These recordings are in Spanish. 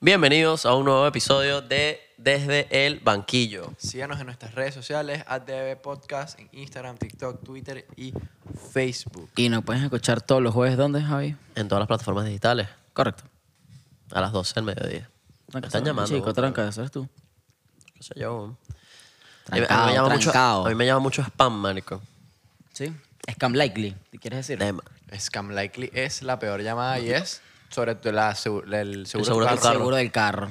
Bienvenidos a un nuevo episodio de Desde el Banquillo. Síganos en nuestras redes sociales, ADB Podcast, en Instagram, TikTok, Twitter y Facebook. Y nos puedes escuchar todos los jueves, ¿dónde, Javi? En todas las plataformas digitales, Correcto. a las 12 del mediodía. Me Tranca, están llamando. Chico, weón. tranca, eso eres tú. Qué sé yo, weón. A mí- a mí me Trancado, llama mucho- trancado. a mí me llama mucho spam, marico. Sí. Scam likely, ¿te quieres decir? Dem- Scam Likely es la peor llamada y es sobre tu- la, segu- el seguro, seguro de de tu tu carro. Seguro del carro.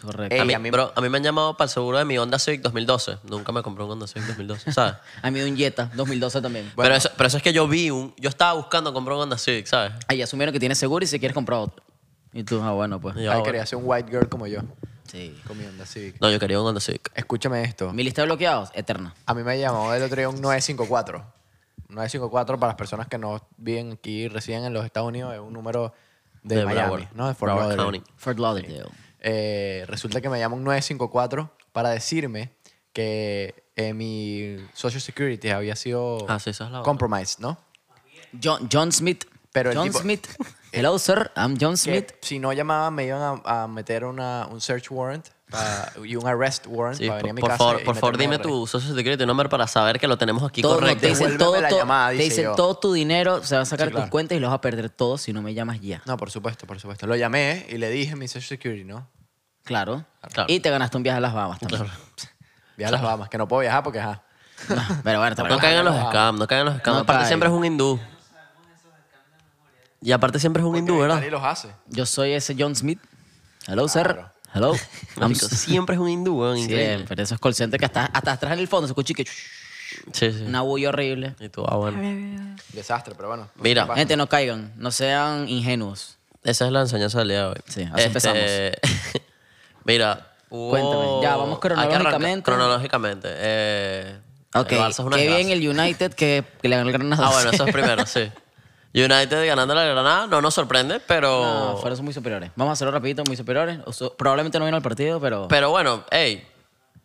Correcto. Ey, a, mí, a mí- bro, a mí me han llamado para el seguro de mi Honda Civic 2012. Nunca me compré un Honda Civic 2012, ¿sabes? A mí de un Jetta, 2012 también. pero, eso, pero eso es que yo vi un... Yo estaba buscando comprar un Honda Civic, ¿sabes? Ahí asumieron que tienes seguro y si quieres comprar otro. Y tú, ah, bueno, pues. Y yo, Ay, bueno. quería ser un white girl como yo, Sí. comiendo Civic. No, yo quería un Honda Civic. Escúchame esto. Mi lista de bloqueados, eterna. A mí me llamó el otro día un 954. 954 para las personas que no viven aquí, residen en los Estados Unidos, es un número de, Miami, Broward. ¿no? De Fort Broward Lauderdale. County. Fort Lauderdale. Eh, resulta que me llama un 954 para decirme que eh, mi Social Security había sido Ah, sí, esa es la otra. compromised, ¿no? John, John Smith. Pero el John tipo- Smith. Hello, sir. I'm John Que Smith. si no llamaban me iban a, a meter una, un search warrant pa- y un arrest warrant Sí, para venir a por, mi por casa. favor, y por favor, meterme dime en arresto. tu social security number para saber que lo tenemos aquí Todo, no, correcto. te dicen, Devuélveme todo, la todo- llamada, te dice dicen yo. todo tu dinero, se va a sacar Sí, claro. tus cuentas y los vas a perder todos si no me llamas ya. No, por supuesto, por supuesto. Lo llamé y le dije mi Social Security, ¿no? Claro. Claro. Y te ganaste un viaje a las Bahamas también. Viaja a las Bahamas, que no puedo viajar porque, ajá. No, Ah, pero bueno, te No caigan los no. scams, no caigan los scams. No aparte caigan. siempre es un hindú. Y aparte siempre es un hindú, ¿verdad? Nadie los hace. Yo soy ese John Smith. Hello, Claro. sir. Hello. I'm Marico, siempre es un hindú, weón. Increíble. Siempre, esos call centers que hasta, hasta atrás en el fondo se escucha y que Sí, sí. una bulla horrible. Y tú, ah, bueno. Desastre, pero bueno. Mira, eh. ¿Qué pasa? Gente, no caigan, no sean ingenuos. Esa es la enseñanza del día de hoy. Sí, así empezamos. Mira, hubo- Cuéntame, ya, vamos hay que arrancar- cronológicamente. Cronológicamente. Eh, Ok, el Barça es una qué desgracia. bien el United que, que le ganó el Granada. Ah, bueno, eso es primero, sí. United ganando la Granada no nos sorprende, pero... No, fueron muy superiores. Vamos a hacerlo rapidito, muy superiores. O sea, probablemente no vino al partido, pero... Pero bueno, hey,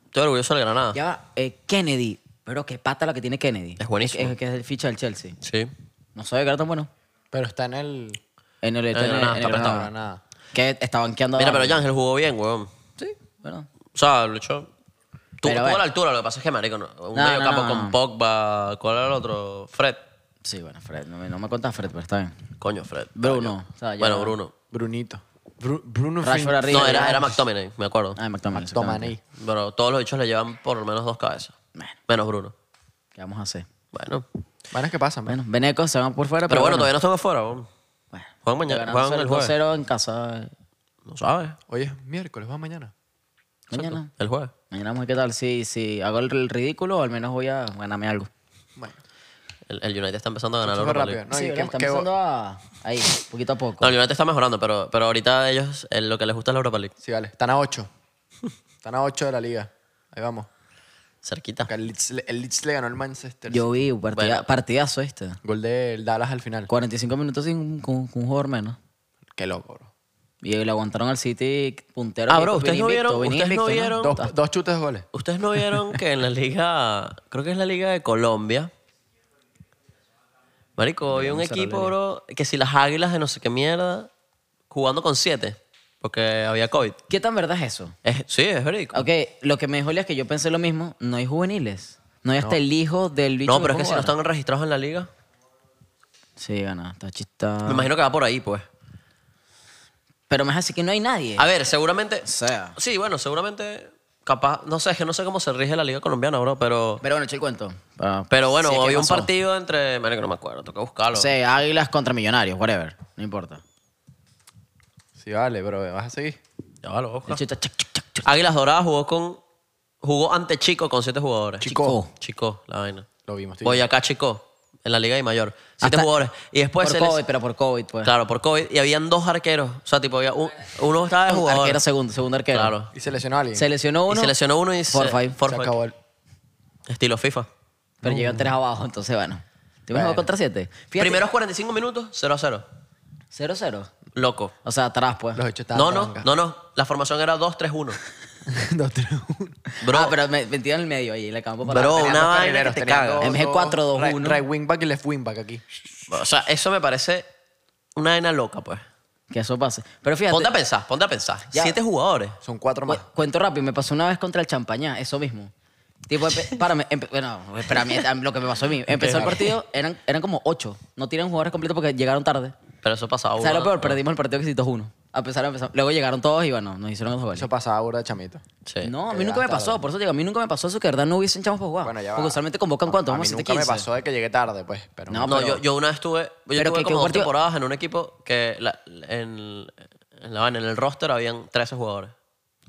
estoy orgulloso del Granada. Ya va, eh, Kennedy. Pero qué pata la que tiene Kennedy. Es buenísimo. Es, que es el ficha del Chelsea. Sí. No sabe que era tan bueno. Pero está en el... En el, en el- Granada, en está el apretado. Granada. Granada. Que está banqueando a Mira, pero Darwin. Yángel jugó bien, weón. Sí, bueno. O sea, lo echó. Tu- Pero Tuvo bueno. la altura, lo que pasa es que, marico, no- un No, medio no, campo no, con no. Pogba, ¿cuál era el otro? Fred. Sí, bueno, Fred. No me, no me cuentas Fred, pero está bien. Coño, Fred. Bruno. O sea, ya- Bueno, Bruno. Brunito. Bru- Bruno Rashford Fink- arriba. No, era, era Mac McTominay, me acuerdo. Ah, McTominay. exactamente. Tomaní. Pero todos los bichos le llevan por lo menos dos cabezas. Bueno. Menos Bruno. ¿Qué vamos a hacer? Bueno. Bueno, es que pasan, Bueno, Beneco se van por fuera, Pero, pero, bueno, todavía no están afuera, weón. Bueno, Juegan mañana, Te juegan ganaron el jueves. 0 en casa. eh, No sabes. Hoy es miércoles, va mañana. Mañana. El jueves. Mañana vamos a ver qué tal. Si, si hago el, el ridículo, al menos voy a ganarme algo. Bueno, El, el United está empezando a ganar súper Europa rápido. League. No, sí, y ¿verdad? que- está que- empezando a... Ahí, poquito a poco. No, el United está mejorando, pero, pero ahorita ellos eh, lo que les gusta es la Europa League. Sí, vale. Están a 8. Están a 8 de la liga. Ahí vamos. Cerquita. Acá El Leeds, le- el Leeds le ganó al Manchester. Yo vi un partida- partidazo este. Gol del Dallas al final. 45 minutos sin un- con, con un jugador menos. Qué loco, bro. Y le aguantaron al City puntero. Ah, que bro, viene ¿ustedes no invicto, vieron- viene ustedes no invicto, vieron- Dos, dos chutes de goles. Ustedes no vieron que en la liga, creo que es la liga de Colombia. Marico, había un equipo, bro, que si las águilas de no sé qué mierda, jugando con siete, porque había COVID. ¿Qué tan verdad es eso? Es- sí, es verídico. Ok, lo que me dijo Lía es que yo pensé lo mismo. No hay juveniles. No hay hasta el hijo del bicho. No, pero es fue que si no jugar. están registrados en la liga, Sí, gana. Está chistado. me imagino que va por ahí, pues. Pero me es así que no hay nadie. A ver, seguramente. O sea. Sí, bueno, seguramente, capaz, no sé, es que no sé cómo se rige la liga colombiana, bro, pero. Pero bueno, eché el cuento. Ah, Pero bueno, Sí, ¿qué había un pasó? partido entre. Marico, no me acuerdo, toca buscarlo. O sea, águilas contra millonarios, whatever. No importa. Ah. Sí, vale, bro. ¿Vas a seguir? Ya va, lo busco. El chiste, chac, chac, chac, chac. Águilas Doradas jugó con. Jugó ante Chico con siete jugadores. Chico. Chico, la vaina. Lo vimos. tú y yo. Boyacá Chico, en la Liga de Mayor. Siete Hasta- jugadores. Y después Pues por se les- COVID, pero por COVID, pues. Claro, por COVID. Y habían dos arqueros. O sea, tipo, había un- uno estaba de jugador. Arquero segundo, segundo arquero. Claro. Y se lesionó a alguien. Se lesionó Y uno. se lesionó uno y Four se, five. four Se five. acabó el... Estilo FIFA. Pero llegan tres abajo, entonces bueno. ¿Te Bueno. imaginas contra siete? Fíjate, Primeros 45 minutos, 0 a 0. 0-0. Loco. O sea, atrás, pues. Los hechos estaban No, en no, banca. no, no. La formación era 2-3-1. Dos, tres, uno. Bro, Ah, pero me metieron en el medio ahí, le campo para Bro, Tenían una dos vaina que carrileros, te tenían caga. dos- En vez de dos- cuatro, dos, right- uno. Right wing back y left wing back aquí. O sea, eso me parece una vaina loca, pues. que eso pase. Pero fíjate, Ponte a pensar, ponte a pensar. Ya. Siete jugadores. Son cuatro más. cu- cuento rápido, me pasó una vez contra el Champañá, eso mismo. Tipo, empe- párame, empe- bueno, espera, a mí, a mí lo que me pasó a mí. Empezó el Claro. partido, eran, eran como ocho. No tiran jugadores completos porque llegaron tarde. Pero eso pasaba O uno. sea, lo peor, perdimos el partido que hiciste uno. A pesar de empezar. Luego llegaron todos y bueno, nos hicieron los goles. Eso pasaba ahora de chamito. Sí. No, a mí Llegaron nunca me tarde. pasó, por eso te digo, a mí nunca me pasó eso que de verdad no hubiesen chamos para jugar. Bueno, ya va. Porque Ah, pues usualmente convocan cuánto, A vamos mí a nunca 15. me pasó de que llegué tarde, pues. Pero No, No, Ah, pero- yo, yo una vez estuve, yo Pero tuve que- que como dos partido- temporadas en un equipo que la- en, en la vaina, en el roster habían 13 jugadores.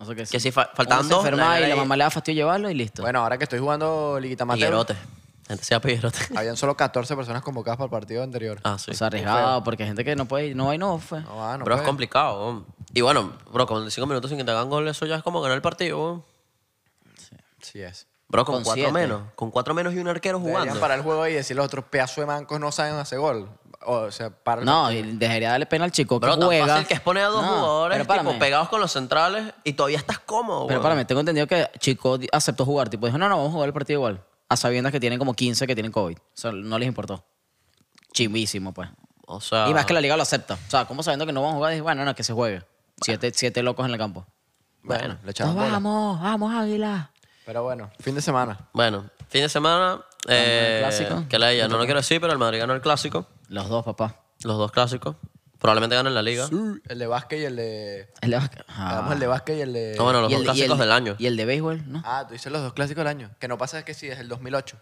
O sea que, Que si fa- faltaban uno dos, Se enfermaba la- y la- la mamá le da fastidio llevarlo y listo. Bueno, ahora que estoy jugando Liguita Ah, Mateo, Piguerote. La Gente se llama Piguerote. habían solo 14 personas convocadas para el partido anterior. Ah, sí. o sea, arriesgado, porque hay gente que no puede ir, no va y no pues. fue. No, ah, no bro, es puede. complicado. weón. Y bueno, bro, con 5 minutos sin que te hagan gol, eso ya es como ganar el partido. weón. Sí es. Bro, con Con 4 siete. menos. Con 4 menos y un arquero Deberían jugando. parar el juego y decir los otros pedazos de mancos no saben hacer gol. O sea, para el No, y dejaría darle pena al chico Bro, que tan juega. fácil que es poner a dos No, jugadores pero párame, tipo, pegados con los centrales y todavía estás cómodo, Pero weón. párame, tengo entendido que Chico di- aceptó jugar. Tipo, dijo, no, no, vamos a jugar el partido igual. A sabiendas que tienen como 15 que tienen COVID. O sea, no les importó. Chivísimo, pues. O sea, Y más que la liga lo acepta. O sea, ¿cómo sabiendo que no vamos a jugar? Dice, bueno, no, que se juegue. Siete, siete locos en el campo. Bueno, bueno. le echaron Nos bola. vamos, vamos, Águila. Pero bueno, fin de semana. bueno, fin de semana, eh, clásico. que la de ella, no lo quiero decir, pero el Madrid ganó el clásico. Los dos, papá. Los dos clásicos. Probablemente ganen la liga. El de básquet y el de... El de básquet. Ah. Hagamos el de básquet y el de... No, bueno, los Y dos el- y clásicos el- del año. Y el de béisbol, ¿no? Ah, tú dices los dos clásicos del año. Que no pasa es que sí, es el 2008.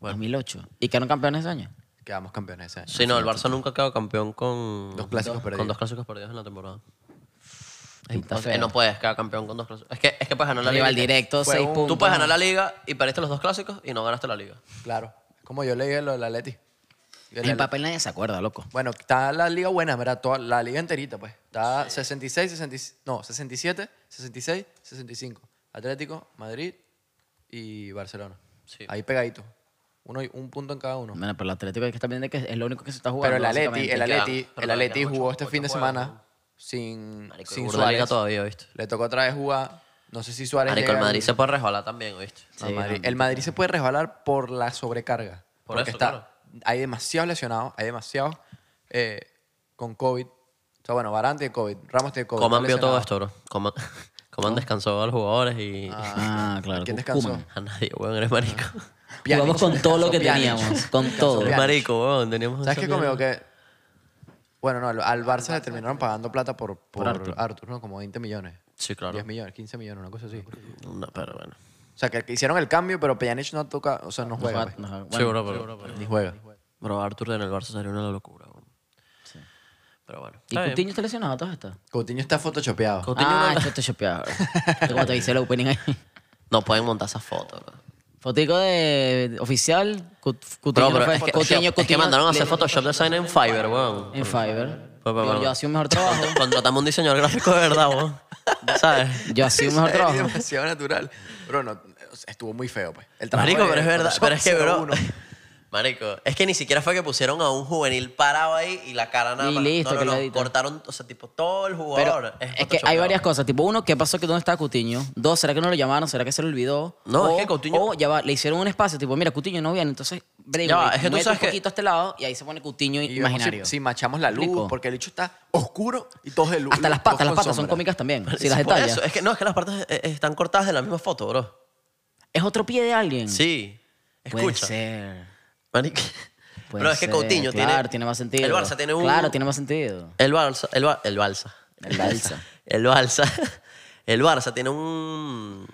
2008. ¿Y quedaron campeones ese año? Quedamos campeones ese año. Sí, no, el Barça nunca quedó campeón con Dos clásicos perdidos. con dos clásicos perdidos en la temporada. Pinta O sea, feo. no puedes quedar campeón con dos clásicos. Es que, es que puedes ganar la liga. Rival directo, Fue 6 un- puntos. Tú puedes ganar la liga y perdiste los dos clásicos y no ganaste la liga. Claro. Como yo leí lo del Atleti. El En Atleti. papel nadie se acuerda, loco. Bueno, está la liga buena, ¿verdad? Toda, la liga enterita, pues. Está 66, 66, no, 67, 66, 65. Atlético, Madrid y Barcelona. Sí. Ahí pegadito. Uno, y- un punto en cada uno. Bueno, pero el Atlético hay que estar pendiente que es lo único que se está jugando. Pero el Atleti, el básicamente. Quedan- pero Atleti, el todavía Atleti quedan jugó ocho- este ocho fin de juegos, semana sin, Marico, sin burda de liga Suárez. todavía, ¿viste? Le tocó otra vez jugar. No sé si Suárez Marico, llega el Madrid al- se puede resbalar también, ¿viste? al Madrid. El Madrid se puede resbalar por la sobrecarga. Por eso, porque está, claro. hay demasiados lesionados, hay demasiados eh, con COVID. O sea, bueno, Varane tiene COVID, Ramos tiene COVID. Coman está vio todo lesionado. esto, bro. Coman, Coman descansó a los jugadores y... Ah, claro. ¿Quién descansó? Koeman. A nadie, weón, eres marico. Pjanic. Jugamos con todo lo que Pjanic. teníamos, con todo. Eres Pjanic. marico, weón. Teníamos ¿Sabes esa qué conmigo? mierda. Que, bueno, no, al- al Barça le terminaron pagando plata por, por, Arthur. ¿no? Como 20 millones. Sí, claro. 10 millones, 15 millones, una cosa así. O No, pero bueno. sea, que, que hicieron el cambio, pero Pjanic no toca, o sea, no juega. pues. Ajá, sí, bueno, bro, pero... Ni juega. Bro, Arthur en el Barça sería una locura, weón. Pero bueno. ¿Y Coutinho está lesionado todas estas? Coutinho está photoshopeado. Coutinho ah, no- esto está chopeado. Como te hice el opening ahí. No pueden montar esas fotos, bro. Fotico de oficial. Cut- Coutinho, Bro, pero no fue- es que, Coutinho, es que Coutinho mandaron a hacer le- Photoshop design en Fiverr, weón. En Fiverr. Pues, pues, Yo, bueno. yo hacía un mejor trabajo. Contratamos un diseñador gráfico de verdad, weón. ¿Sabes? Yo hacía un mejor Es trabajo. demasiado natural. Bro, no, o sea, estuvo muy feo, pues. El trabajo Marico, de pero es verdad. Photoshop Pero es que, bro. 01. Marico, es que ni siquiera fue que pusieron a un juvenil parado ahí y la cara nada Y más. listo, no, no, que lo no, edita. cortaron, o sea, tipo, todo el Pero jugador. es que hay varias cosas. Tipo, uno, ¿qué pasó? que ¿Dónde estaba Cutiño? Dos, ¿será que no lo llamaron? ¿Será que se lo olvidó? No, o, es que Coutinho- O ya va, le hicieron un espacio. Tipo, mira, Cutiño no viene. Entonces, break, Ya va, break, es que tú mete sabes un que- poquito a este lado y ahí se pone Cutiño Y vemos imaginario. Si, si machamos la luz, Explico. porque el hecho está oscuro y todo es de luz. Hasta las luz- todos patas, las con patas son sombra. cómicas también. Pero Si las es por detallas. eso, es que no, es que las partes eh, están cortadas de la misma foto, bro. Es otro pie de alguien. Sí. Mm. Puede Escucha. ser. Marico. puede Pero es que ser, Coutinho tiene. Claro, tiene más sentido. El Barça tiene un. Claro, tiene más sentido. El Barça. El, Ba- el Barça. El Barça. El Barça. El Barça tiene un.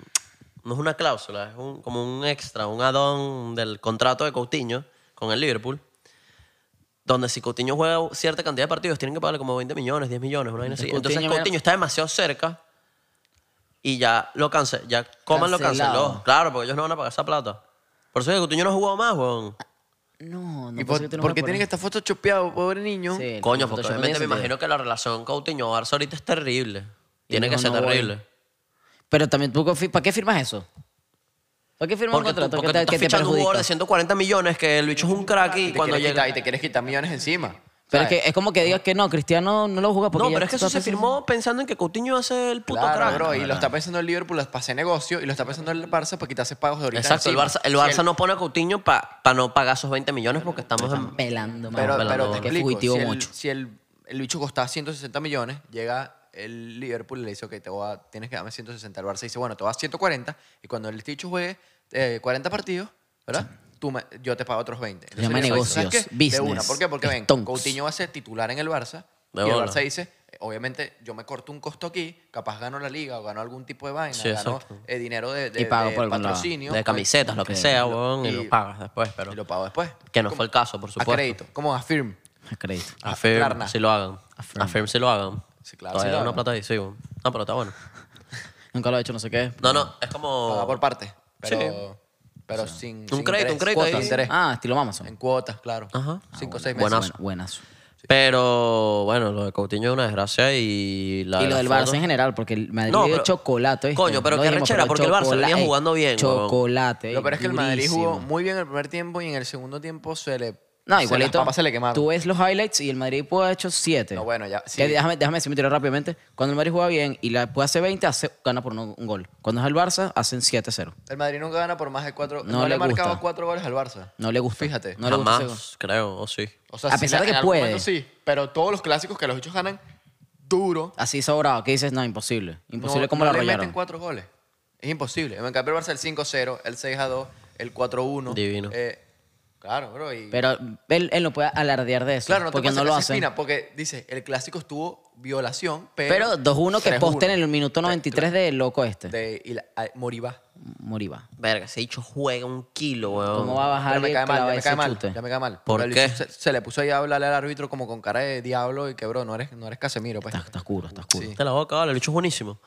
No es una cláusula, es un- como un extra, un add-on del contrato de Coutinho con el Liverpool. Donde si Coutinho juega cierta cantidad de partidos, tienen que pagarle como 20 millones, 10 millones, una vaina así. Entonces, Entonces Coutinho, Coutinho está demasiado cerca y ya lo canceló. Ya Coman lo Cancelado. canceló. Claro, porque ellos no van a pagar esa plata. Por eso es que Coutinho no ha jugado más, weón. No, ¿Y no por, pasa que por qué tiene que estar photoshopeado, pobre niño? Sí, el Coño, porque Photoshop no tiene obviamente me sentido. imagino que la relación Coutinho-Barça ahorita es terrible. Y Tiene que dijo, ser "No voy". terrible. Pero también, ¿tú confi- ¿para qué firmas eso? ¿Para qué firmas un Porque tú, contrato porque tú que te, estás que te fichando un jugador perjudica? de 140 millones que el bicho es un crack y Y te cuando quieres llega... quitar- y te quieres quitar millones encima. Pero es ¿sabes? que es como que digas que no, Cristiano no lo juega porque No, ya pero es que eso está se pensando- firmó pensando en que Coutinho va a ser el puto Claro, crack. bro, y lo está pensando el Liverpool para hacer negocio y lo está pensando el Barça para quitarse pagos de ahorita. Exacto, el encima. Barça, el Si Barça no pone a Coutinho para no pagar esos 20 millones porque estamos en... Pelando, mano, Pero, Pelando, pero bro. te que explico, fugitivo si el, mucho. si el, el bicho costaba 160 millones, llega el Liverpool y le dice, ok, te voy a, tienes que darme 160. El Barça dice, bueno, te vas a 140 y cuando el bicho juegue eh, 40 partidos, ¿verdad? Tú me- yo te pago otros 20. Entonces, llama el Barça dice, negocios, qué? De una. business, ¿Por qué? Porque ven, stonks. Coutinho va a ser titular en el Barça De y el bola. Barça dice, eh, obviamente yo me corto un costo aquí, capaz gano la liga o gano algún tipo de vaina, Sí, gano exacto. eh, dinero de, de- Y pago de por algún lado. patrocinio. de camisetas, lo que sea, weón, y Y- lo pagas después, pero Y lo pago después. que no fue el caso, por A supuesto. crédito, como a firm. A crédito. A Firm Klarna. si lo hagan. Affirm. A Firm si lo hagan. Sí, claro, Todavía sí lo da una hagan. plata ahí, sí, weón. No, pero está bueno. Nunca lo he hecho, no sé qué. No, no, es como... Paga por parte. Pero, pero sin. sin crédito, Oh. un interés, crédito sin ahí. interés. Ah, estilo Amazon. En cuotas, claro. Ajá. Ah, Cinco o seis meses. Buenazo. Buenas. Pero bueno, lo de Coutinho es una desgracia y la Y lo la del foto- Barça en general, porque el Madrid No, dio pero- chocolate. ¿viste? Coño, pero No qué dijimos, rechera, porque el Barça chocolate, venía ey, jugando bien, huevón. Chocolate. ey, Lo peor es que el Madrid jugó durísimo. muy bien el primer tiempo y en el segundo tiempo se le. No, se Las igualito. papas se le quemaron. Tú ves los highlights y el Madrid puede haber hecho 7. No, bueno, ya, sí. déjame, déjame decirme tiro rápidamente. Cuando el Madrid juega bien y la, puede hacer 20, hace, gana por un, un gol. Cuando es el Barça, hacen 7-0. El Madrid nunca gana por más de cuatro. No No, le le ha marcado gusta. cuatro goles al Barça. No le gusta. Fíjate. No le gusta ese gol. Jamás, creo, o sí. O sea, A sí pesar le- de que en algún puede. momento Sí, pero todos los clásicos que los hechos ganan duro. Así sobrado, que dices, no, imposible. Imposible no, como no lo le meten arrollaron. cuatro goles. Es imposible. En cambio, el Barça el 5-0, el 6-2, el 4-1. Divino. Eh, claro, bro. Y Pero él, él no puede alardear de eso. claro, no te porque puedes no lo sacar esa hace. espina, porque dice, el clásico estuvo violación, pero... Pero 2-1 que 3-1 posten en el minuto 93 de loco este. De y la- ah, a- Moribá. Moriba. Verga, ese dicho juega un kilo, weón. ¿Cómo va a bajar Pero me el cae mal, ya clavado me ese cae mal, chute? ya me cae mal. ¿Por Pero él qué? hizo- Se, se le puso ahí a hablarle al árbitro como con cara de diablo y que, bro, no eres, no eres Casemiro, pues. Está, está oscuro, está oscuro. Sí. Te la boca, vale, el bicho es buenísimo.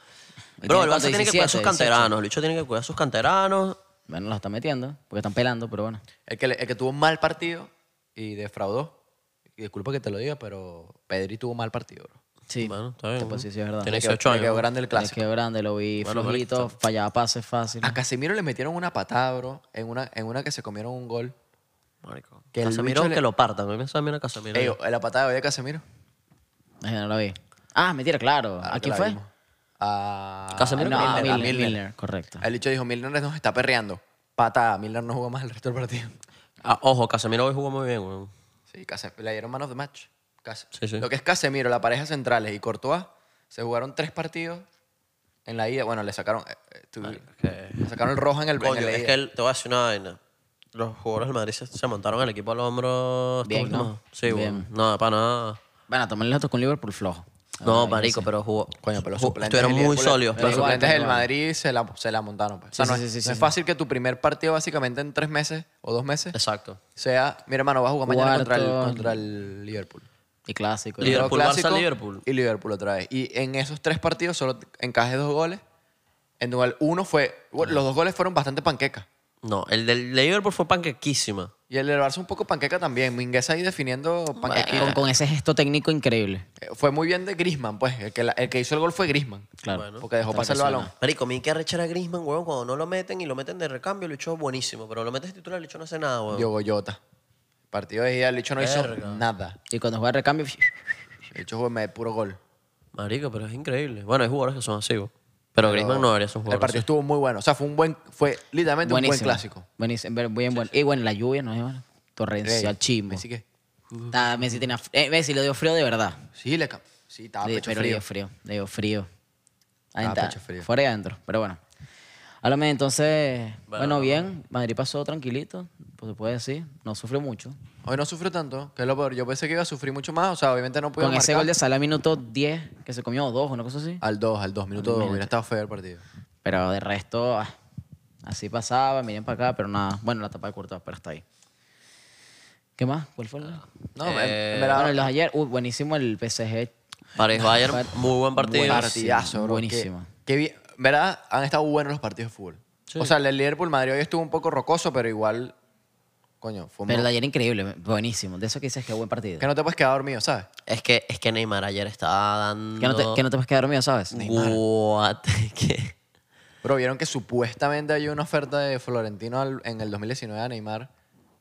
Y Bro, el tiene Barça cuánto, tiene que cuidar 17, sus 18. canteranos. El bicho tiene que cuidar sus canteranos. Bueno, los está metiendo, porque están pelando, pero bueno. El que, le- el que tuvo un mal partido y defraudó. Y disculpa que te lo diga, pero Pedri tuvo un mal partido, bro. Sí, Bueno, está bien. Pues sí, sí, es verdad. Tiene Le quedó- 18 le años. quedó grande el Es clásico. que grande, lo vi Bueno, flojito, fallaba pases fácil. A Casemiro le metieron una patada, bro, en una, en una que se comieron un gol. Marico. Que el Casemiro bicho le- que lo partan. A mí me suena bien a Casemiro. Ey, la patada de hoy de Casemiro. Ay, no lo vi. Ah, mentira, claro. Ahora ¿A que quién la fue? vimos. A Casemiro, No, a a Milner, a Milner, Milner. Eh. Milner, correcto. El dicho dijo, Milner nos está perreando. Patada, Milner no jugó más el resto del partido. Ah, ojo, Casemiro hoy jugó muy bien, weón. Sí, Case- le dieron manos de match. Case- Sí, sí. Lo que es Casemiro, la pareja centrales y Courtois, se jugaron tres partidos en la ida. Bueno, le sacaron, eh, eh, tu- le sacaron el rojo en el, en Coño, el es ida. que él, te voy a decir una vaina. Los jugadores del Madrid se, se montaron el equipo al hombro. estos Bien, ¿no? últimos- Sí, Bien. weón. No, para nada. Bueno, tomarle los otros con Liverpool flojo. No, marico, pero jugó. Coño, pero los jugó- suplentes Estuvieron del muy Liverpool- sólidos. Los pero- igual, suplentes pero del igual. Madrid se la, se la montaron. pues. O Sí, sea, no sí, es, sí, sí, no es sí. fácil que tu primer partido, básicamente en tres meses o dos meses, Exacto. sea, mi hermano, va a jugar mañana contra el, Cuarto. contra el Liverpool. Y clásico. Eh, y- Liverpool, Luego Barça, Liverpool. Y Liverpool otra vez. Y en esos tres partidos solo encajé dos goles. En dual uno fue... bueno, Los dos goles fueron bastante panqueca. No, el del Liverpool fue panquequísima. Y el del Barça un poco panqueca también. Mingueza ahí definiendo Con- panquequita. con, ese gesto técnico increíble. Eh, Fue muy bien de Griezmann, pues. El que, la- el que hizo el gol fue Griezmann. Claro. Porque dejó Está pasar el balón. Marico, a mí que arrechar a Griezmann, weón, cuando no lo meten y lo meten de recambio, el bicho es buenísimo. Pero lo metes de titular, el bicho no hace nada, weón. Diogo Jota. Partido de ida, el hecho no hizo Verga. nada. Y cuando juega recambio, El hecho fue me- puro gol. Marico, pero es increíble. Bueno, hay jugadores que son así, weón. Pero, Griezmann no debería ser un El jugador así. partido estuvo muy bueno. O sea, fue un buen... Fue literalmente buenísimo. un buen clásico. Buenísimo, bien, bien bueno. Y bueno, la lluvia, ¿no? Iván? Torrencial, Ey, chismo. Messi, ¿qué? Está- Messi, tenía, fr- eh, Messi le dio frío de verdad. Sí, le... ca- Sí, estaba Le- Ah, pecho pero le frío. dio frío, le dio frío. Ahí Ah, está, pecho frío. Fuera y adentro, pero bueno. Háblame entonces, bueno, Bueno, bien, Madrid pasó tranquilito, pues se puede decir, no sufrió mucho. Hoy no sufrió tanto, que es lo peor. Yo pensé que iba a sufrir mucho más. O sea, obviamente no pude Con ese marcar. Ah. gol de Salah minuto 10, que se comió dos, una cosa así. Al 2, al 2, minuto 2. Hubiera estado feo el partido. Pero de resto, ah, así pasaba, miren para acá, pero nada. Bueno, la tapa de Courtois, pero está ahí. ¿Qué más? ¿Cuál fue el...? No, en- en verdad, Eh, bueno, el de ayer, uy, buenísimo el PSG. París Bayern, muy buen partido. partidazo, bro. buenísimo. Que, que bien. ¿Verdad? Han estado buenos los partidos de fútbol. O sea, el del Liverpool Madrid hoy estuvo un poco rocoso, pero igual. Coño, fue un. Pero el de ayer increíble, buenísimo. De eso que dices que buen partido. Que no te puedes quedar dormido, ¿sabes? Es que, es que Neymar ayer estaba dando. Que no te, que no te puedes quedar dormido, ¿sabes? What? ¿Qué? Pero vieron que supuestamente hay una oferta de Florentino al- en el 2019 a Neymar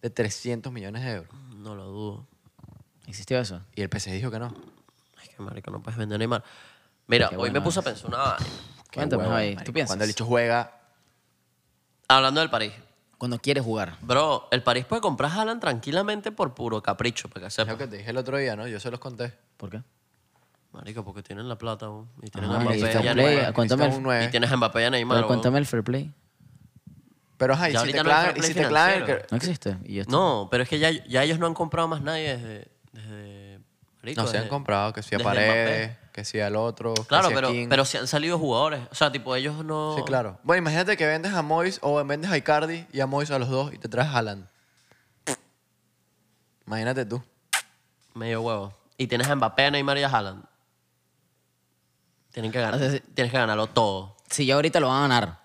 de 300 millones de euros. No lo dudo. ¿Existió eso? Y el PC dijo que no. Es que, marico, no puedes vender a Neymar. Mira, hoy me puse a pensar una vaina. Cuéntame, huevo, Javi, ¿tú marico. piensas? Cuando el dicho juega, Hablando del París. Cuando quieres jugar. Bro, el París puede comprar a Haaland tranquilamente por puro capricho, para que es lo sepa. que te dije el otro día, ¿no? Yo se los conté. ¿Por qué? Marico, porque tienen la plata aún. Y tienen Ah, a Mbappé necesita y a un play, Neymar. cuéntame el- Necesita un nueve. Y tienes a Mbappé y a Neymar. Pero weón. cuéntame el fair play. Pero ajá, y Ya si te ahorita no hay clavan, fair y play si te clavan el financiero. que- No existe. Y ya está. No, pero es que ya, ya ellos no han comprado más nadie desde... desde marico, No se han desde- comprado, que si a desde Paredes, Mbappé. que si al otro. que Claro, si a pero, King. pero si han salido jugadores. O sea, tipo, ellos no... Sí, claro. Bueno, imagínate que vendes a Mois o vendes a Icardi y a Mois a los dos y te traes a Haaland. Imagínate tú. Medio huevo. Y tienes a Mbappé, Neymar y a Haaland. Tienen que ganar, O sea, sí. tienes que ganarlo todo. Si ya ahorita lo van a ganar.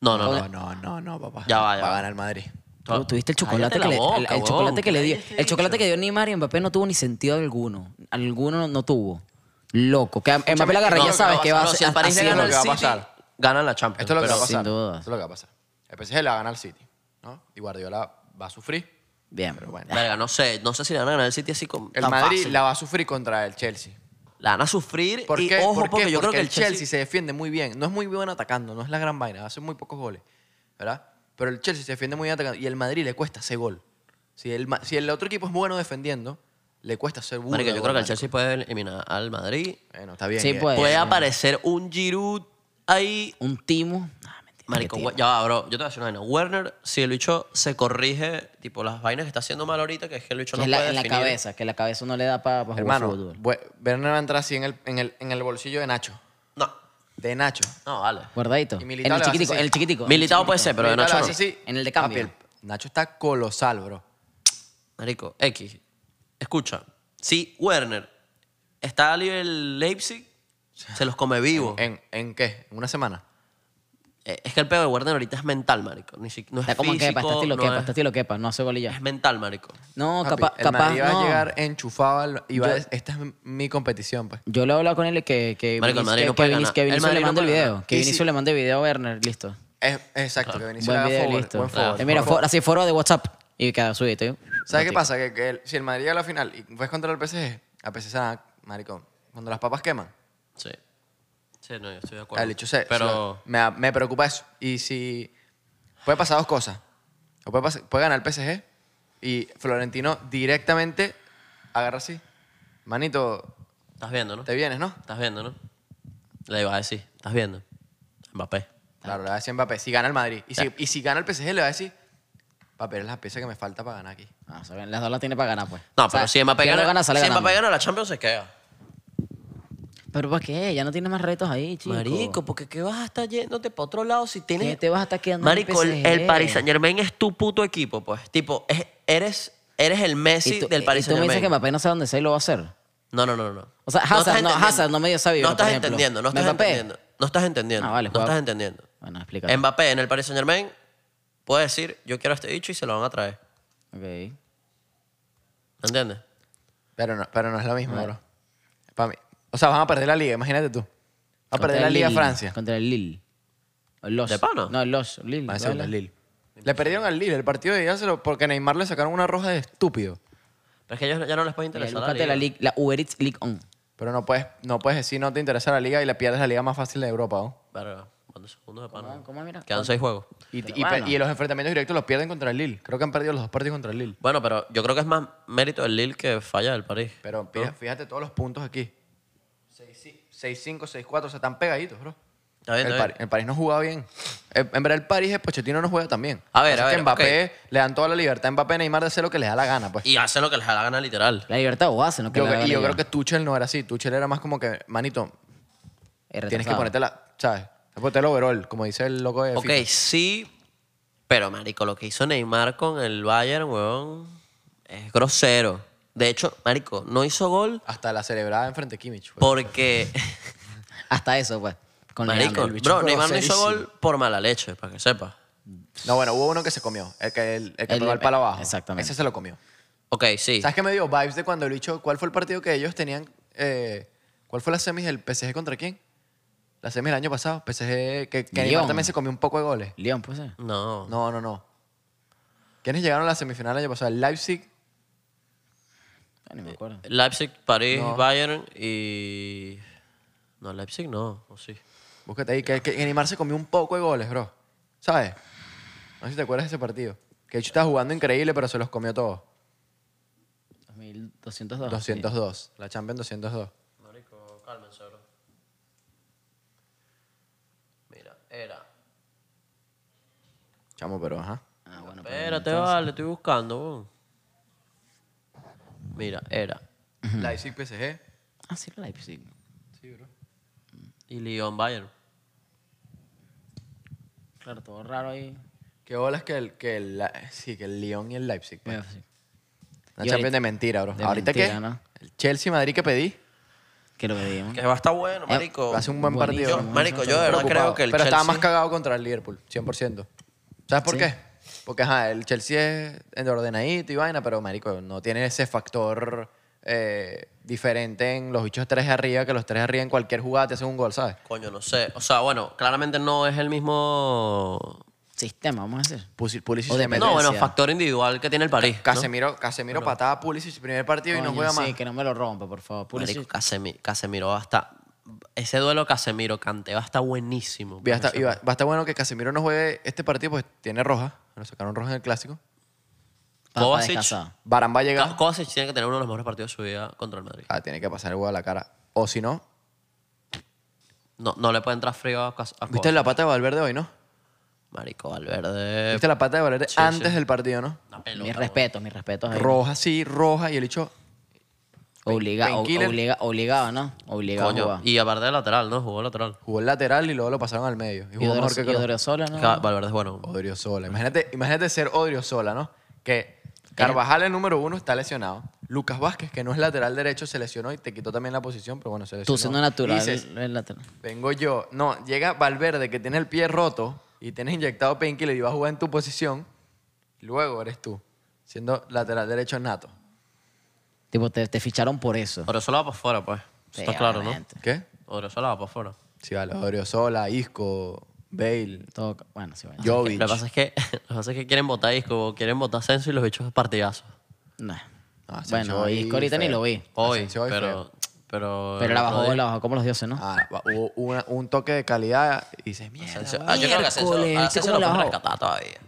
No, no, no. No, no, no, no, papá. Ya va, ya Va a va. ganar el Madrid. To- Tú- Tuviste el chocolate Cállate la que le, boca, el, el huevón. chocolate que le dio. Cállate, El chocolate que dio Neymar y Mbappé no tuvo ni sentido alguno. Alguno no, no tuvo. Loco. Que a- Mbappé la No, agarra, ya lo que sabes va a que va a pasar- no, ser. Si el París así le gana es lo al que va a va a City, pasar. gana la Champions. Esto es lo que pero va a pasar. sin duda. Esto es lo que va a pasar. El PSG le va a ganar al City. ¿no? Y Guardiola va a sufrir. Bien. Pero bueno. Verga, no sé. No sé si le van a ganar el City así como El tan Madrid fácil. la va a sufrir contra el Chelsea. La van a sufrir. ¿Por y qué? ojo, ¿Por qué? porque yo creo que el Chelsea... se defiende muy bien. No es muy bueno atacando, no es la gran vaina. Hace muy pocos goles, ¿verdad? Pero el Chelsea se defiende muy bien atacando y el Madrid le cuesta ese gol. Si el, ma- si el otro equipo es bueno defendiendo, le cuesta hacer burro. Marico, de yo gol, creo que el marico. Chelsea puede eliminar al Madrid. Bueno, está bien. Sí, eh. pues. Puede bien. aparecer un Giroud ahí. Un timo. Ah, mentira, Marico, qué we- ya va, bro. Yo te voy a decir una vaina. Werner, si el bicho se corrige, tipo las vainas que está haciendo mal ahorita, que es que el bicho Que no es la- puede en la definir. cabeza, que la cabeza no le da para jugar Hermano, fútbol. bue- Werner va a entrar así en el, en, el, en el bolsillo de Nacho. No, De Nacho. no, vale. Guardadito. Y En Militao el le hace chiquitico, así. en el chiquitico. Militado puede ser, pero de Ahorita Nacho lo no. hace así. En el de cambio. Papi, el- Nacho está colosal, bro. Marico, X. Escucha, si Werner está libre el Leipzig, se los come vivo. ¿En, en qué? ¿En una semana? Eh, Es que el pedo de Werner ahorita es mental, marico. Ni si- no es Está como en físico, quepa, está estilo no quepa, es- está estilo quepa. No hace gol y ya. es mental, marico. No, Papi, capa- el capaz. Madrid va no. a llegar enchufado al- y va Yo- a- esta es mi competición, pues. Yo le he hablado con él que, que, Marico, el Vinic- Madrid que- no puede que Vinic- ganar. que El Vinicius le Madrid no mande el puede video. ganar. Que Y Vinicius si- le mande el video a Werner, listo. Es- exacto, que Vinicius Buen haga video, forward, listo. buen forward. Eh, mira, foro, así foro de WhatsApp. Y queda subido. ¿eh? ¿Sabes qué pasa? Que, que el- si el Madrid llega a la final y ves contra el PSG, a PSG se van a- marico, cuando las papas queman, Sí. Sí, no, yo estoy de acuerdo. el hecho se, Pero. se- me, da- me preocupa eso. Y si puede pasar dos cosas. O puede, pas- puede ganar el PSG y Florentino directamente agarra así. Manito, Estás viendo, ¿no? te vienes, ¿no? Estás viendo, ¿no? Le iba a decir, estás viendo. Mbappé. Claro, le va a decir a Mbappé, si gana el Madrid. Y si, y si gana el PSG, le va a decir, Mbappé, eres la pieza que me falta para ganar aquí. Ah, saben, las dos las tiene para ganar, pues. No, O sea, pero si Mbappé que no gana, gana, sale si ganando. Mbappé gana la Champions se queda. Pero ¿para qué? Ya no tiene más retos ahí, chico. Marico, porque qué vas a estar yéndote para otro lado si tienes. ¿Qué te vas a estar quedando en el Marico, el, PSG? el Paris Saint Germain es tu puto equipo, pues. Tipo, es- eres, eres el Messi Y tú- del Paris Y tú Saint me dices Germain. que Mbappé no sabe dónde se lo va a hacer. No, no, no, no. O sea, estás Hazard, no, entendiendo. Hazard no medio sabio, No por estás ejemplo. entendiendo, no estás Mbappé. entendiendo. No estás entendiendo. Ah, vale, no juega- estás entendiendo. Bueno, explícate. Mbappé en el Paris Saint Germain puede decir, yo quiero a este bicho y se lo van a traer. Ok. ¿Me entiendes? Pero no, pero no es lo mismo, bro. Para mí. O sea, van a perder la liga, imagínate tú. Va a Contra perder la el liga Lille, Francia. Contra el Lille. O el Los. ¿De pana? No, el Los. Lille. Van a ¿no? ser contra el Lille. Le perdieron al Lille el partido de ella se lo- porque a Neymar le sacaron una roja de estúpido. Pero es que a ellos ya no les puede Mira, interesar. la búscate la, liga. Ligue- la Uber Eats League On. Pero no puedes, no puedes decir no te interesa la liga y le pierdes la liga más fácil de Europa. ¿no? Verga, ¿cuántos segundos de pana? ¿Cómo- cómo mira? Quedan seis juegos. Y, Pero y pe- bueno. y los enfrentamientos directos los pierden contra el Lille. Creo que han perdido los dos partidos contra el Lille. Bueno, pero yo creo que es más mérito del Lille que falla del París. Pero pi- fíjate todos los puntos aquí. 6-5, 6-4, o sea, están pegaditos, bro. Está bien, el, está bien. Pari- el París no jugaba bien. El- en verdad, el París, el Pochettino no juega tan bien. A ver, Lo que a pasa es ver, que Mbappé le dan toda la libertad a Mbappé y Neymar de hacer lo que les da la gana, pues. Y hacen lo que les da la gana literal. La libertad o hace, ¿no? yo, la cre- gana y yo ya. creo que Tuchel no era así. Tuchel era más como que, manito, Es tienes que retrasado. ponerte la, ¿sabes? Tienes que Ponerte el overall, como dice el loco de Ok, FIFA. sí, pero marico, lo que hizo Neymar con el Bayern, weón, es grosero. De hecho, marico, no hizo gol Hasta la celebrada enfrente de Kimmich. pues. güey. porque... Hasta eso, pues. Con marico, Leandro. bicho bro, Neymar no hizo groserísimo. gol por mala leche, para que sepas. No, bueno, hubo uno que se comió. El que, el, el que El- pegó el palo abajo. exactamente. Ese se lo comió. Ok, sí. ¿Sabes qué me dio vibes de cuando el bicho, cuál fue el partido que ellos tenían? eh, ¿Cuál fue la semis del PSG contra quién? La semis del año pasado. PSG, que, que Neymar Lyon. también se comió un poco de goles. León, pues. eh. No. No, no, no. ¿Quiénes llegaron a la semifinal el año pasado? El Leipzig. Ah, Eh, Ni me acuerdo. Leipzig, París, Bayern y... No, Leipzig no, o sí. Búscate ahí. Que, que Neymar se comió un poco de goles, bro. ¿Sabes? No sé si te acuerdas de ese partido. Que el bicho estaba jugando increíble, pero se los comió todos. 2010, 2.202. 202. La Champions 202. Marico, cálmense, bro. Mira, era. Chamo, pero ajá. Ah, bueno. pero- Espérate, vale, estoy buscando, weón. Mira, era. Leipzig PSG. Ah, sí, era Leipzig. Sí, bro. Y Lyon Bayern. Claro, todo raro ahí. Qué bolas que el, que el, la- sí, que el Lyon y el Leipzig. pues. Bueno, sí. Una Y Champions ahorita- de mentira, bro. de ¿Ahorita mentira, qué? ¿no? El Chelsea-Madrid que pedí. Que lo que digo. Que va a estar Eh, bueno, marico. Hace un buen Buenísimo. Yo, partido. marico, yo de verdad Preocupado. creo que el Pero Chelsea... estaba más cagado contra el Liverpool, 100%. ¿Sabes por Sí. qué? Porque ajá, el Chelsea es endeordenadito y vaina, pero marico, no tiene ese factor eh, diferente en los bichos tres de arriba, que los tres de arriba en cualquier jugada te hacen un gol, ¿sabes? Coño, no sé. O sea, bueno, claramente no es el mismo... Sistema, vamos a decir. Pusi- Pulisic O se depende- mete- No, bueno, Tendencia. factor individual que tiene el París. ¿no? Casemiro, Casemiro patada Pulisic primer partido y no Coño, juega sí, más. que no me lo rompa, por favor. Pulisic. Marico, Casemi- Casemiro va a estar... Ese duelo Casemiro-Kanté va a estar buenísimo. Y Va a, estar, y va- va a estar bueno que Casemiro no juegue este partido, pues tiene roja. Lo sacaron roja en el clásico. Pa- pa' Kovacic. descansar. Barán va a llegar. Ca- Kovacic tiene que tener uno de los mejores partidos de su vida contra el Madrid. Ah, tiene que pasar el huevo a la cara. O si no, No, no le puede entrar frío a, Cas- a ¿viste Kovacic. la pata de Valverde hoy, no? Marico Eh, Valverde. ¿Viste la pata de Valverde sí, antes sí. del partido, no? Una Mis pelota. respetos, mis respetos. ahí. Roja, sí, roja. Y el hecho, Obliga- o- Painkiller. obliga- obligado, ¿no? Obligado a Coño. jugar. Y aparte de lateral, ¿no? Jugó lateral. jugó el lateral y luego lo pasaron al medio. Y Y jugó mejor que Kroos. Odriozola, Es ¿no? que Valverde es bueno. Odriozola. Imagínate, imagínate ser Odriozola, ¿no? Que Carvajal, el número uno, está lesionado. Lucas Vázquez, que no es lateral derecho, se lesionó y te quitó también la posición, pero bueno, se lesionó. Tú siendo natural. pues, Dices, el lateral. vengo yo. No, llega Valverde, que tiene el pie roto y tienes inyectado painkiller y vas a jugar en tu posición. Luego eres tú, siendo lateral derecho nato. Tipo, te, te ficharon por eso. Odriozola va para afuera, pues. Eso Está Sí, claro, ¿no? obviamente. ¿Qué? Odriozola va para afuera. Sí, vale. Odriozola, Isco, Bale, Todo- bueno, sí, bueno. Lo que Jovic. pasa es que, lo que, pasa es que quieren votar disco, quieren votar Senso y los bichos partidazos. Nah. Ah, sí, sí, bueno, hoy y ahorita ni feo. lo vi. Hoy, Asensio hoy pero, pero. Pero la el otro bajó, día- la bajó como los dioses, ¿no? Ah, va- hubo una- un toque de calidad y dices, mierda. Asensio- ah, yo creo que Asensio, Miércoles, a Asensio ¿cómo lo la pueden bajó? rescatar todavía.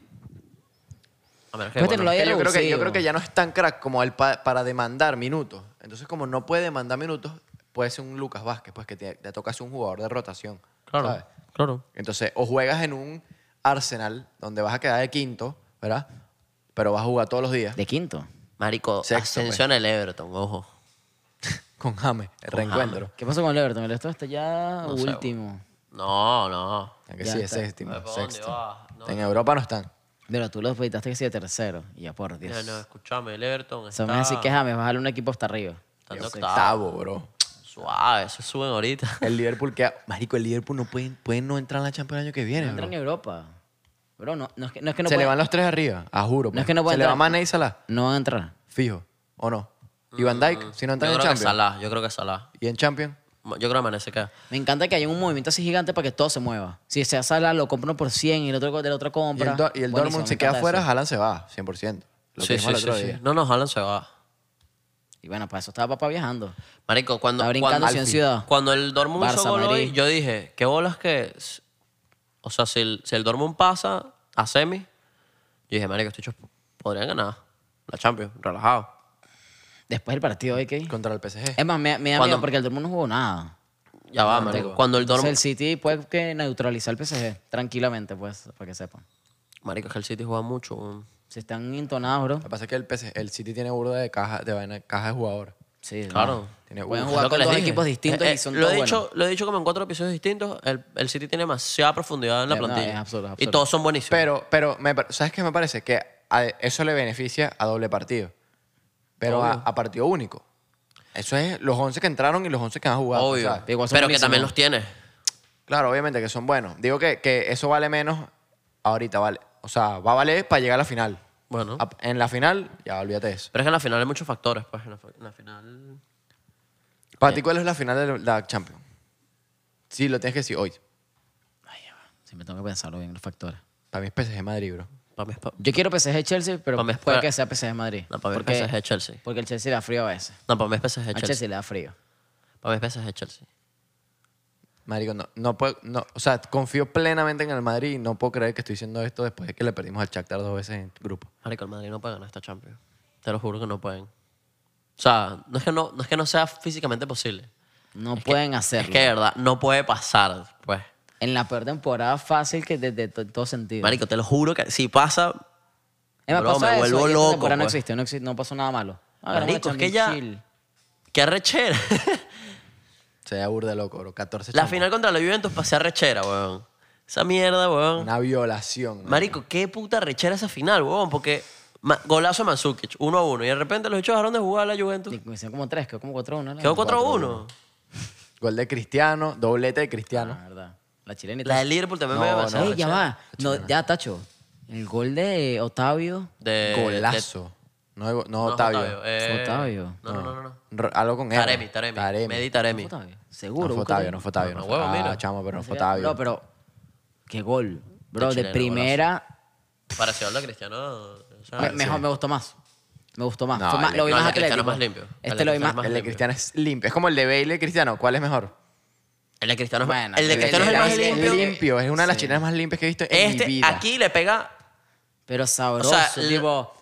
A menos que. Mételo bueno, ahí. Que yo, creo que, yo reducido. creo que ya no es tan crack como él pa- para demandar minutos. Entonces, como no puede demandar minutos, puede ser un Lucas Vázquez, pues que te, te toca ser un jugador de rotación. Claro, ¿sabes? claro. Entonces, o juegas en un Arsenal donde vas a quedar de quinto, ¿verdad? Pero vas a jugar todos los días De quinto. Marico, Sexto, pues. Asensio en el Everton, ojo. con James, el reencuentro. ¿Qué pasó con el Everton? El Everton está ya No sé, último. No, no. Que Ya sí, es está. séptimo, Ay, ¿por dónde sexto. vas? No, en Europa no están. Pero tú lo feitaste que sea tercero. Y ya por Dios. No, no, escúchame, el Everton Eso está. me hace decir que James bajarle un equipo hasta arriba. está en octavo. Octavo, bro. Suave, eso suben ahorita. El Liverpool que Marico, el Liverpool no puede, puede no entrar en la Champions el año que viene, No entra bro. ni Europa. Bro, no, no es que no, es que no Se le puede- van los tres arriba, a juro. No es pues. que no puede Se le va entrar. Mane y Salah. No van a entrar. Fijo, ¿o no? Y Van Dijk, si Mm, yo no entran en creo que Champions. Salah, yo creo que Salah. ¿Y en Champions? Yo creo que Mané se queda. Me encanta que haya un movimiento así gigante para que todo se mueva. Si sea Sala, lo compra uno por 100 y el otro del otro Y compra. el, Dor- y el Buenísimo, Dortmund me se queda encanta afuera, eso. Haaland se va, 100%. Lo que Sí, dijimos sí, el sí, otro sí. día. No, no, Haaland se va. Y bueno, para eso estaba papá viajando. Marico, cuando, Está brincando cuando, sin ciudad. cuando el Dortmund hizo Barça, gol hoy, Madrid. yo dije, qué bolas que... es? O sea, si el, si el Dortmund pasa a semi, yo dije, marico, estos chicos podrían ganar la Champions, relajado. Después del partido hoy, ¿qué? Contra el PSG. Es más, me, me da Cuando- miedo porque el Dortmund no jugó nada. Ya va, marico. Cuando el Entonces el Dortmund... City puede que neutralizar el PSG tranquilamente, pues, para que sepan. Marico, es que el City juega mucho. weón. Si están entonados, bro. Lo que pasa es que el, PSG el City tiene burda de caja de, vaina- caja de jugador. Sí, Claro. no. Tiene- Pueden Es Uf, jugar lo que con les dos dije. equipos distintos Eh, eh, y son lo todos he dicho, buenos. Lo he dicho como en cuatro episodios distintos. El, el City tiene demasiada profundidad en la Eh, no, plantilla. es absurdo, es Y absurdo. todos son buenísimos. Pero, pero me par- ¿sabes qué me parece? Que a- eso le beneficia a doble partido. Pero a, a partido único. Eso es los 11 que entraron y los 11 que han jugado. Obvio. ¿sabes? Igual son pero que buenísimos. también los tiene. Claro, obviamente que son buenos. Digo que, que eso vale menos ahorita, vale. O sea, va a valer para llegar a la final. Bueno. Ah. A- En la final, ya olvídate de eso. Pero es que en la final hay muchos factores. Pues en la, en la final... Para ti, ¿cuál es la final de la Champions? Sí, lo tienes que decir hoy. Ay, ya va. Siempre tengo que pensarlo bien, los factores. Para mí es PSG Madrid, bro. Para mí es pa- Yo quiero PSG-Chelsea, pero Pa' mí es puede para- que sea PSG-Madrid. No, para mí Porque- es PSG-Chelsea. Porque el Chelsea le da frío a veces. No, para mí es PSG A Chelsea. Chelsea le da frío. Para mí es PSG Chelsea. Marico, no, no puedo, no, o sea, confío plenamente en el Madrid y no puedo creer que estoy diciendo esto después de que le perdimos al Shakhtar dos veces en grupo. Marico, el Madrid no puede ganar esta Champions. Te lo juro que no pueden. O sea, no es que no, no, es que no sea físicamente posible. No pueden hacerlo. Es que de verdad, no puede pasar, pues. En la peor temporada fácil que desde de, to- todo sentido. Marico, te lo juro que si pasa, Es más, bro, pasó me eso vuelvo y esta loco, temporada No pues. existe, no existe, no pasó nada malo. Agarramos Marico, a es que Chamil ya- Chill. qué arrechera. Se da burda loco, bro. 14 la chamos. final contra la Juventus pasé arrechera, weón. Esa mierda, weón. Una violación. ¿no? Marico, qué puta rechera esa final, weón, porque ma- golazo de Mansukic, 1 a 1. Y de repente los hechos dejaron de jugar a la Juventus. Digo, Hicieron como tres, quedó como cuatro uno. ¿no? Quedó 4 a 1. Gol de Cristiano, doblete de Cristiano. La verdad. La chilenita. La de Liverpool también me No, parece no, Ey, ya arrechera. va. No, ya, Tacho. El gol de Otavio. De, Golazo. No, no, de- Eh, no, Otavio. eh, Otavio. No, no, no, no. no. R- Algo con él. Taremi, Ah. Taremi. Medi Taremi. Otavio. No Seguro. fue búscate. Otavio, no fue Otavio. No, No, fue huevo, mira. Ah, chamo, pero no fue Sería- Otavio. No, pero. Qué gol. Bro, De de, chilena, primera. Comparación a Cristiano. o sea, me- mejor, me gustó más. Me gustó más. No, Fue más- el- lo vi Ah, no, el más de atlético. Cristiano más limpio. El Este de lo vi Cristiano más. más El de limpio. Cristiano es limpio. Es como el de Bale de Cristiano. ¿Cuál es mejor? El de Cristiano es el Bueno, de el de Cristiano Este es el más Cristiano limpio. limpio. Es una de las chilenas más limpias que he visto en mi Este vida. aquí le pega, Pero sabroso. O sea, el- tipo,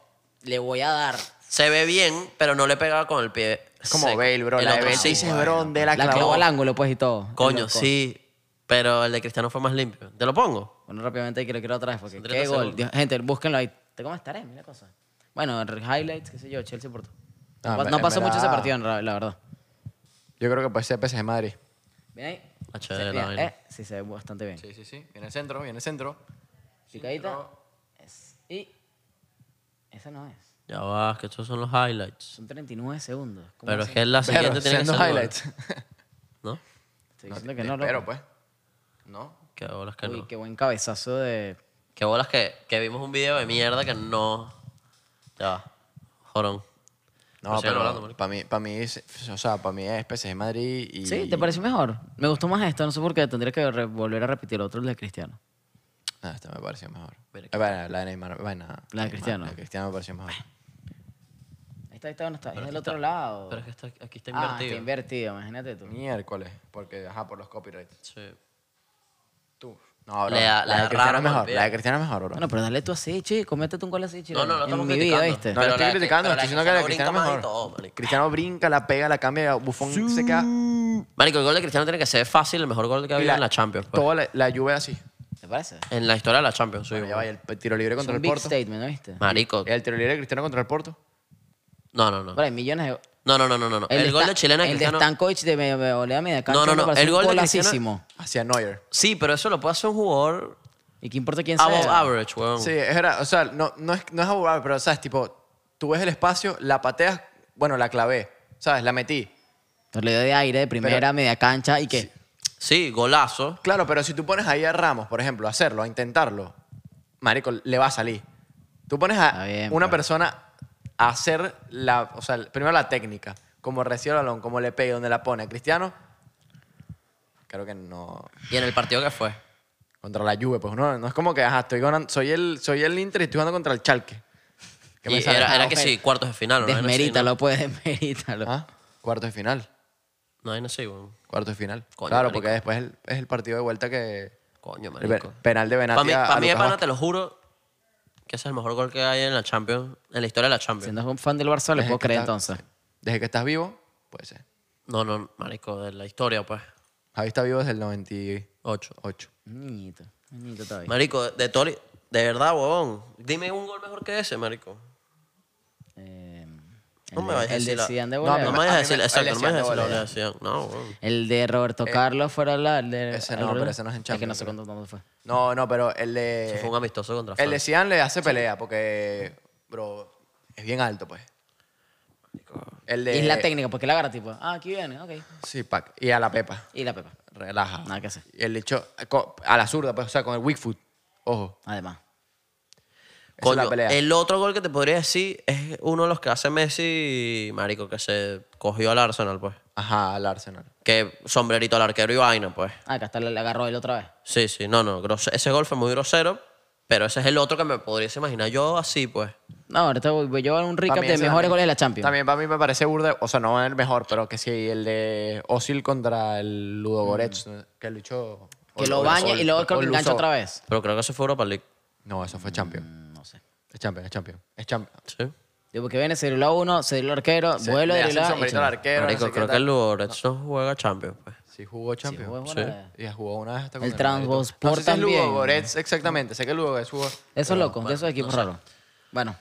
le voy a dar. se ve bien, pero no le pega con el pie. Es como seco. Bale, bro. El La de otro Bale sí. dices, bro, ¿dónde la, La clavó al ángulo, pues, y todo. Coño, Loco. sí. Pero el de Cristiano fue más limpio. ¿Te lo pongo? Bueno, rápidamente que lo quiero otra vez porque Son 30 qué gol. segundos. Dios, gente, búsquenlo ahí. ¿Te cómo estaré? Mira cosa. Bueno, re- highlights, qué sé yo, Chelsea Porto. Ah, No, pa- en no pasó verdad- mucho ese partido, la la verdad. Yo creo que puede ser PSG Madrid. Ven ahí. Ah, Se- chévere, mira, la vaina. eh, sí, se ve bastante bien. Sí, sí, sí. Viene el centro, viene el centro. Picadita. Es- y. Esa no es. Ya va, que estos son los highlights. Son 39 segundos. ¿Cómo Pero es así? que la siguiente Pero, tiene que siendo ser. gol, highlights. ¿No? Estoy diciendo que no, Pero loco. pues. No. Qué bolas que Uy, no. qué buen cabezazo de. Qué bolas que, que vimos un video de mierda que no. Ya va. Jorón. No, Pero sigue hablando, pero marico. para mí, para mí, es, o sea, para mí es PSG Madrid y... Sí, ¿te pareció mejor? Me gustó más esto, no sé por qué. Tendría que re- volver a repetir otro, el de Cristiano. Ah, esta me pareció mejor. Mira Eh, bueno, la de Neymar, bueno, La de Neymar, Cristiano. La de Cristiano me pareció mejor. Ahí está, ahí está, no está. Es del está- otro lado. Pero es que está- aquí está Ah, invertido. está invertido, imagínate tú. Miércoles, porque, ajá, por los copyrights. Sí. Tú. No, bro. Le da- le la de da Cristiano raro es mejor. golpea. La de Cristiano es mejor, bro. Bueno, pero dale tú así, chico. Métete un gol así, chico. No, no, no En estamos mi vida, criticando. ¿viste? No, lo Pero estoy la- criticando, pero estoy la diciendo que la de Cristiano Cristiano brinca es más y todo, mejor. marico. Cristiano brinca, la pega, la cambia, Bufón se queda. Marico, el gol de Cristiano tiene que ser fácil, el mejor gol que ha y habido en la Champions. pues. Toda la, la Juve así. ¿Te parece? En la historia de la Champions, sí. Bueno, güey. ya va, y el p- tiro libre Es contra un el big Porto. statement, ¿no viste? Marico. El tiro libre de Cristiano contra el Porto. No, no, no. Bueno, hay millones de... No, no, no, no, no, no. El, gol Stan- de chilena de El de Cristiano. Stankovic de me- me volea media cancha. No, no, me no, pareció el un gol de Cristiano- golacísimo. Hacia Neuer. Sí, pero eso lo puede hacer un jugador Y qué importa quién sea. above average, weón. Sí, es verdad. O sea, no, no es, no es abogado, pero, ¿sabes? Tipo, tú ves el espacio, la pateas, bueno, la clavé, ¿sabes? La metí. Entonces le dio de aire de primera, Pero- media cancha y que... Sí, golazo. Claro, pero si tú pones ahí a Ramos, por ejemplo, a hacerlo, a intentarlo, marico, le va a salir. Tú pones Está a bien, una pues. persona a hacer la, o sea, primero la técnica, como recibe el balón, como le pega, donde la pone. a Cristiano, creo que no. Y en el partido que fue. Contra la Juve, pues no, no es como que, ajá, estoy ganando, soy el, soy el Inter y estoy jugando contra el Chalque. ¿Qué Y me sale? era, era que Ojalá. sí, cuartos de final. ¿no? Era así, desmerítalo, pues, desmerítalo. Ah, Cuartos de final. No, no, no sí, weón. Cuarto de final. Coño, claro, marico. porque después el- es el partido de vuelta que. Coño, el pe- marico. penal de Benati Para mí, a- pa' a mí de Lucas pana, te lo juro, que ese es el mejor gol que hay en la Champions, en la historia de la Champions. Siendo un fan del Barça, le Desde Pues puedo que creer está- entonces. Desde que estás vivo, puede ser. No, no, marico, de la historia, pues. Javi está vivo desde el 98. Ocho. Niñito, niñito todavía. Marico, de, de Tori, de verdad, huevón. Dime un gol mejor que ese, marico. Eh, No el me de- vayas a El decir de la- Zidane de No, a volea. mí No me me- vayas a a mí decir, me- exacto, no me vayas a decir la Alessandro Valera. obligación. No, huevón. El de Roberto Eh, Carlos fuera la... el de- ese no, el- pero ese no es en que no Champions, sé cuándo dónde fue. No, no, pero el Eso fue de. un amistoso contra Eh, El de Francia. Zidane le hace pelea porque, bro, es bien alto, pues. El de. Y es la técnica, porque la agarra tipo, ah, aquí viene, ok. Sí, pack. Y a la Pepa. Y la pepa, Relaja. Nada que hacer. Y el hecho. co- A la zurda, pues, o sea, con el weak foot. Ojo. además. Esa es la Coño, pelea. el otro gol que te podría decir es uno de los que hace Messi, marico, que se cogió al Arsenal, pues. Ajá, al Arsenal. Que sombrerito al arquero y vaina, pues. Ah, acá está, le agarró él otra vez. Sí, sí, no, no. grose- Ese gol fue muy grosero, pero ese es el otro que me podría imaginar yo así, pues. No, ahorita voy, voy yo a un recap También de ese mejores también. goles de la Champions. También para mí me parece burda, o sea, no el mejor, pero que sí, el de Osil contra el Ludogorets, que luchó. Mm. Que lo baña y luego creo que engancha otra vez. Mm, Pero creo que ese fue Europa League. No, eso fue Champions. No sé. Es Champions, es Champions. Es Champions. Sí. Yo, porque viene, se dribló uno, se dribló el arquero, Se- vuelve le a hace el driblar. y sombrerito al chao. arquero. no Marico, sé qué creo que tal. el Lourdes no juega Champions, pues. Sí jugó Sí, Champions. fue buena Sí. idea. Y jugó una vez hasta El Madrid. Transport no sé si es también. Lugo Goretz, exactamente. Sé que Lugo Goretz jugó. Eso es loco, de esos equipos raros. Bueno.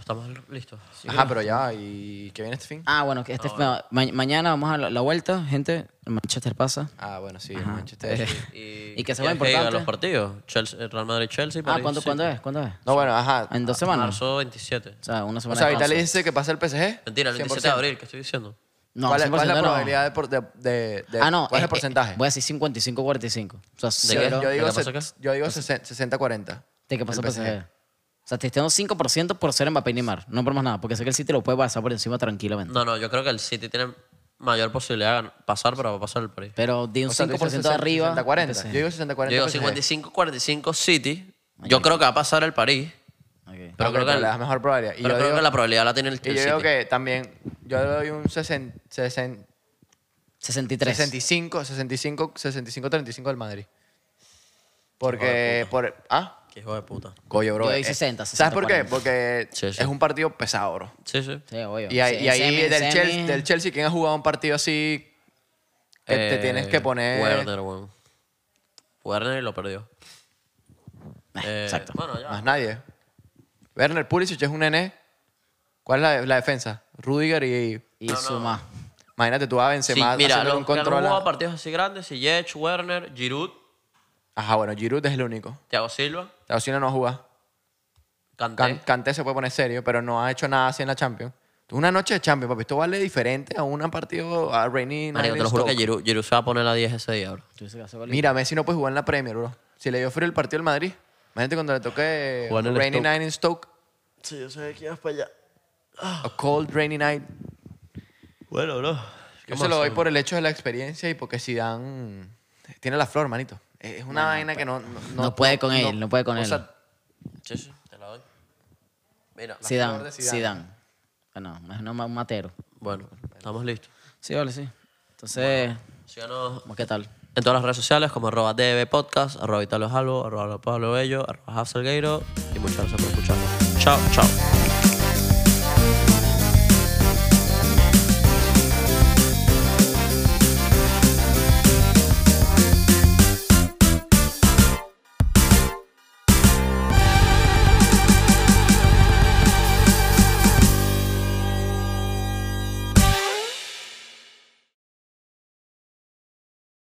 Estamos listos. Ajá, pero ya, ¿y qué viene este fin? Ah, bueno, que este, ma- mañana vamos a la, la vuelta, gente. El Manchester pasa. Ah, bueno, sí, el Manchester. Y que se va ¿quieres diga importante. los partidos. Chelsea- eh, Real Madrid-Chelsea. Ah, ¿cuándo, ¿cuándo es? ¿Cuándo es? No, bueno, ajá. En dos semanas. Marzo 27. O sea, una O semana sea, de ahorita le descanso. dice que pasa el PSG. Mentira, el 27 de 100%. abril, ¿qué estoy diciendo? No, ¿Cuál, es- cuál es la 100% no. probabilidad de por- de, de- de- Ah, no. ¿Cuál es el eh, eh, porcentaje? Voy a decir 55-45. O sea, ¿De qué? cero. yo ¿de digo, qué pasó se- qué? yo digo 60-40. ¿De qué pasó El el PSG. PSG? O sea, te estoy dando 5% por ser Mbappé y Neymar. No por más nada, porque sé que el City lo puede pasar por encima tranquilamente. No, no, yo creo que el City tiene mayor posibilidad de gan- pasar, pero va a pasar el París. Pero di un O sea, tú 5% dices de arriba. 60-40. Yo entonces- digo 60-40. Yo digo PSG. 55-45 City. Yo creo que va a pasar el París. Ok. Pero Ok, creo que Ah, pero el- le das mejor probabilidad. Y Pero yo creo digo- que la probabilidad la tiene el, Y el yo City. digo que también, yo le doy un 60, 60, 63. 65, 65, 65, 35 al Madrid. Porque, por, ah, Qué hijo de puta. coño, bro. Yo doy eh, 60, ¿Sabes por qué? 40. Porque Sí, sí. es un partido pesado, bro. Sí, sí. Sí, obvio. Y, ahí- Sí, y ahí semi- del, semi- Chelsea, del Chelsea, ¿quién ha jugado un partido así? que te Eh, tienes que poner... Werner, weón. Werner y lo perdió. Eh, exacto. Bueno, ya. Más nadie. Werner Pulisic es un nene. ¿Cuál es la, la defensa? Rudiger y... Y suma. Imagínate tú a Sí, Benzema mira, haciéndole los un que han control. a- jugado partidos así grandes, Ziyech, Werner, Giroud, Ajá, bueno, Giroud es el único. Thiago Silva, Tausina no juega. Kanté. Can- Kanté se puede poner serio, pero no ha hecho nada así en la Champions. Tú Una noche de Champions, papi. Esto vale diferente a un partido a Rainy Marico, te lo juro que Giroud, Giroud se va a poner la 10 ese día, bro. Tú dices que hace gol y- Mira, Messi no puede jugar en la Premier, bro. Si le dio frío el partido al Madrid. Imagínate cuando le toque Jugar en el Rainy Stoke. Night in Stoke. Sí, yo sabía que ibas para allá. A cold rainy night. Bueno, bro. Yo se lo doy por el hecho de la experiencia y porque Zidane tiene la flor, manito. Es una vaina pues, que no... No, no puede con él, no puede con o él. sea, Sí, sí, te la doy. Mira. la- flor de Zidane, Zidane. Zidane. Bueno, es un ma- matero. Bueno, estamos listos. Sí, vale, sí. Entonces, Síganos ¿cómo ¿qué tal? en todas las redes sociales como arroba DB Podcast, arroba Italo Jalbo, arroba Pablo Bello, arroba Hafselgueiro y muchas gracias por escucharnos. Chao, chao.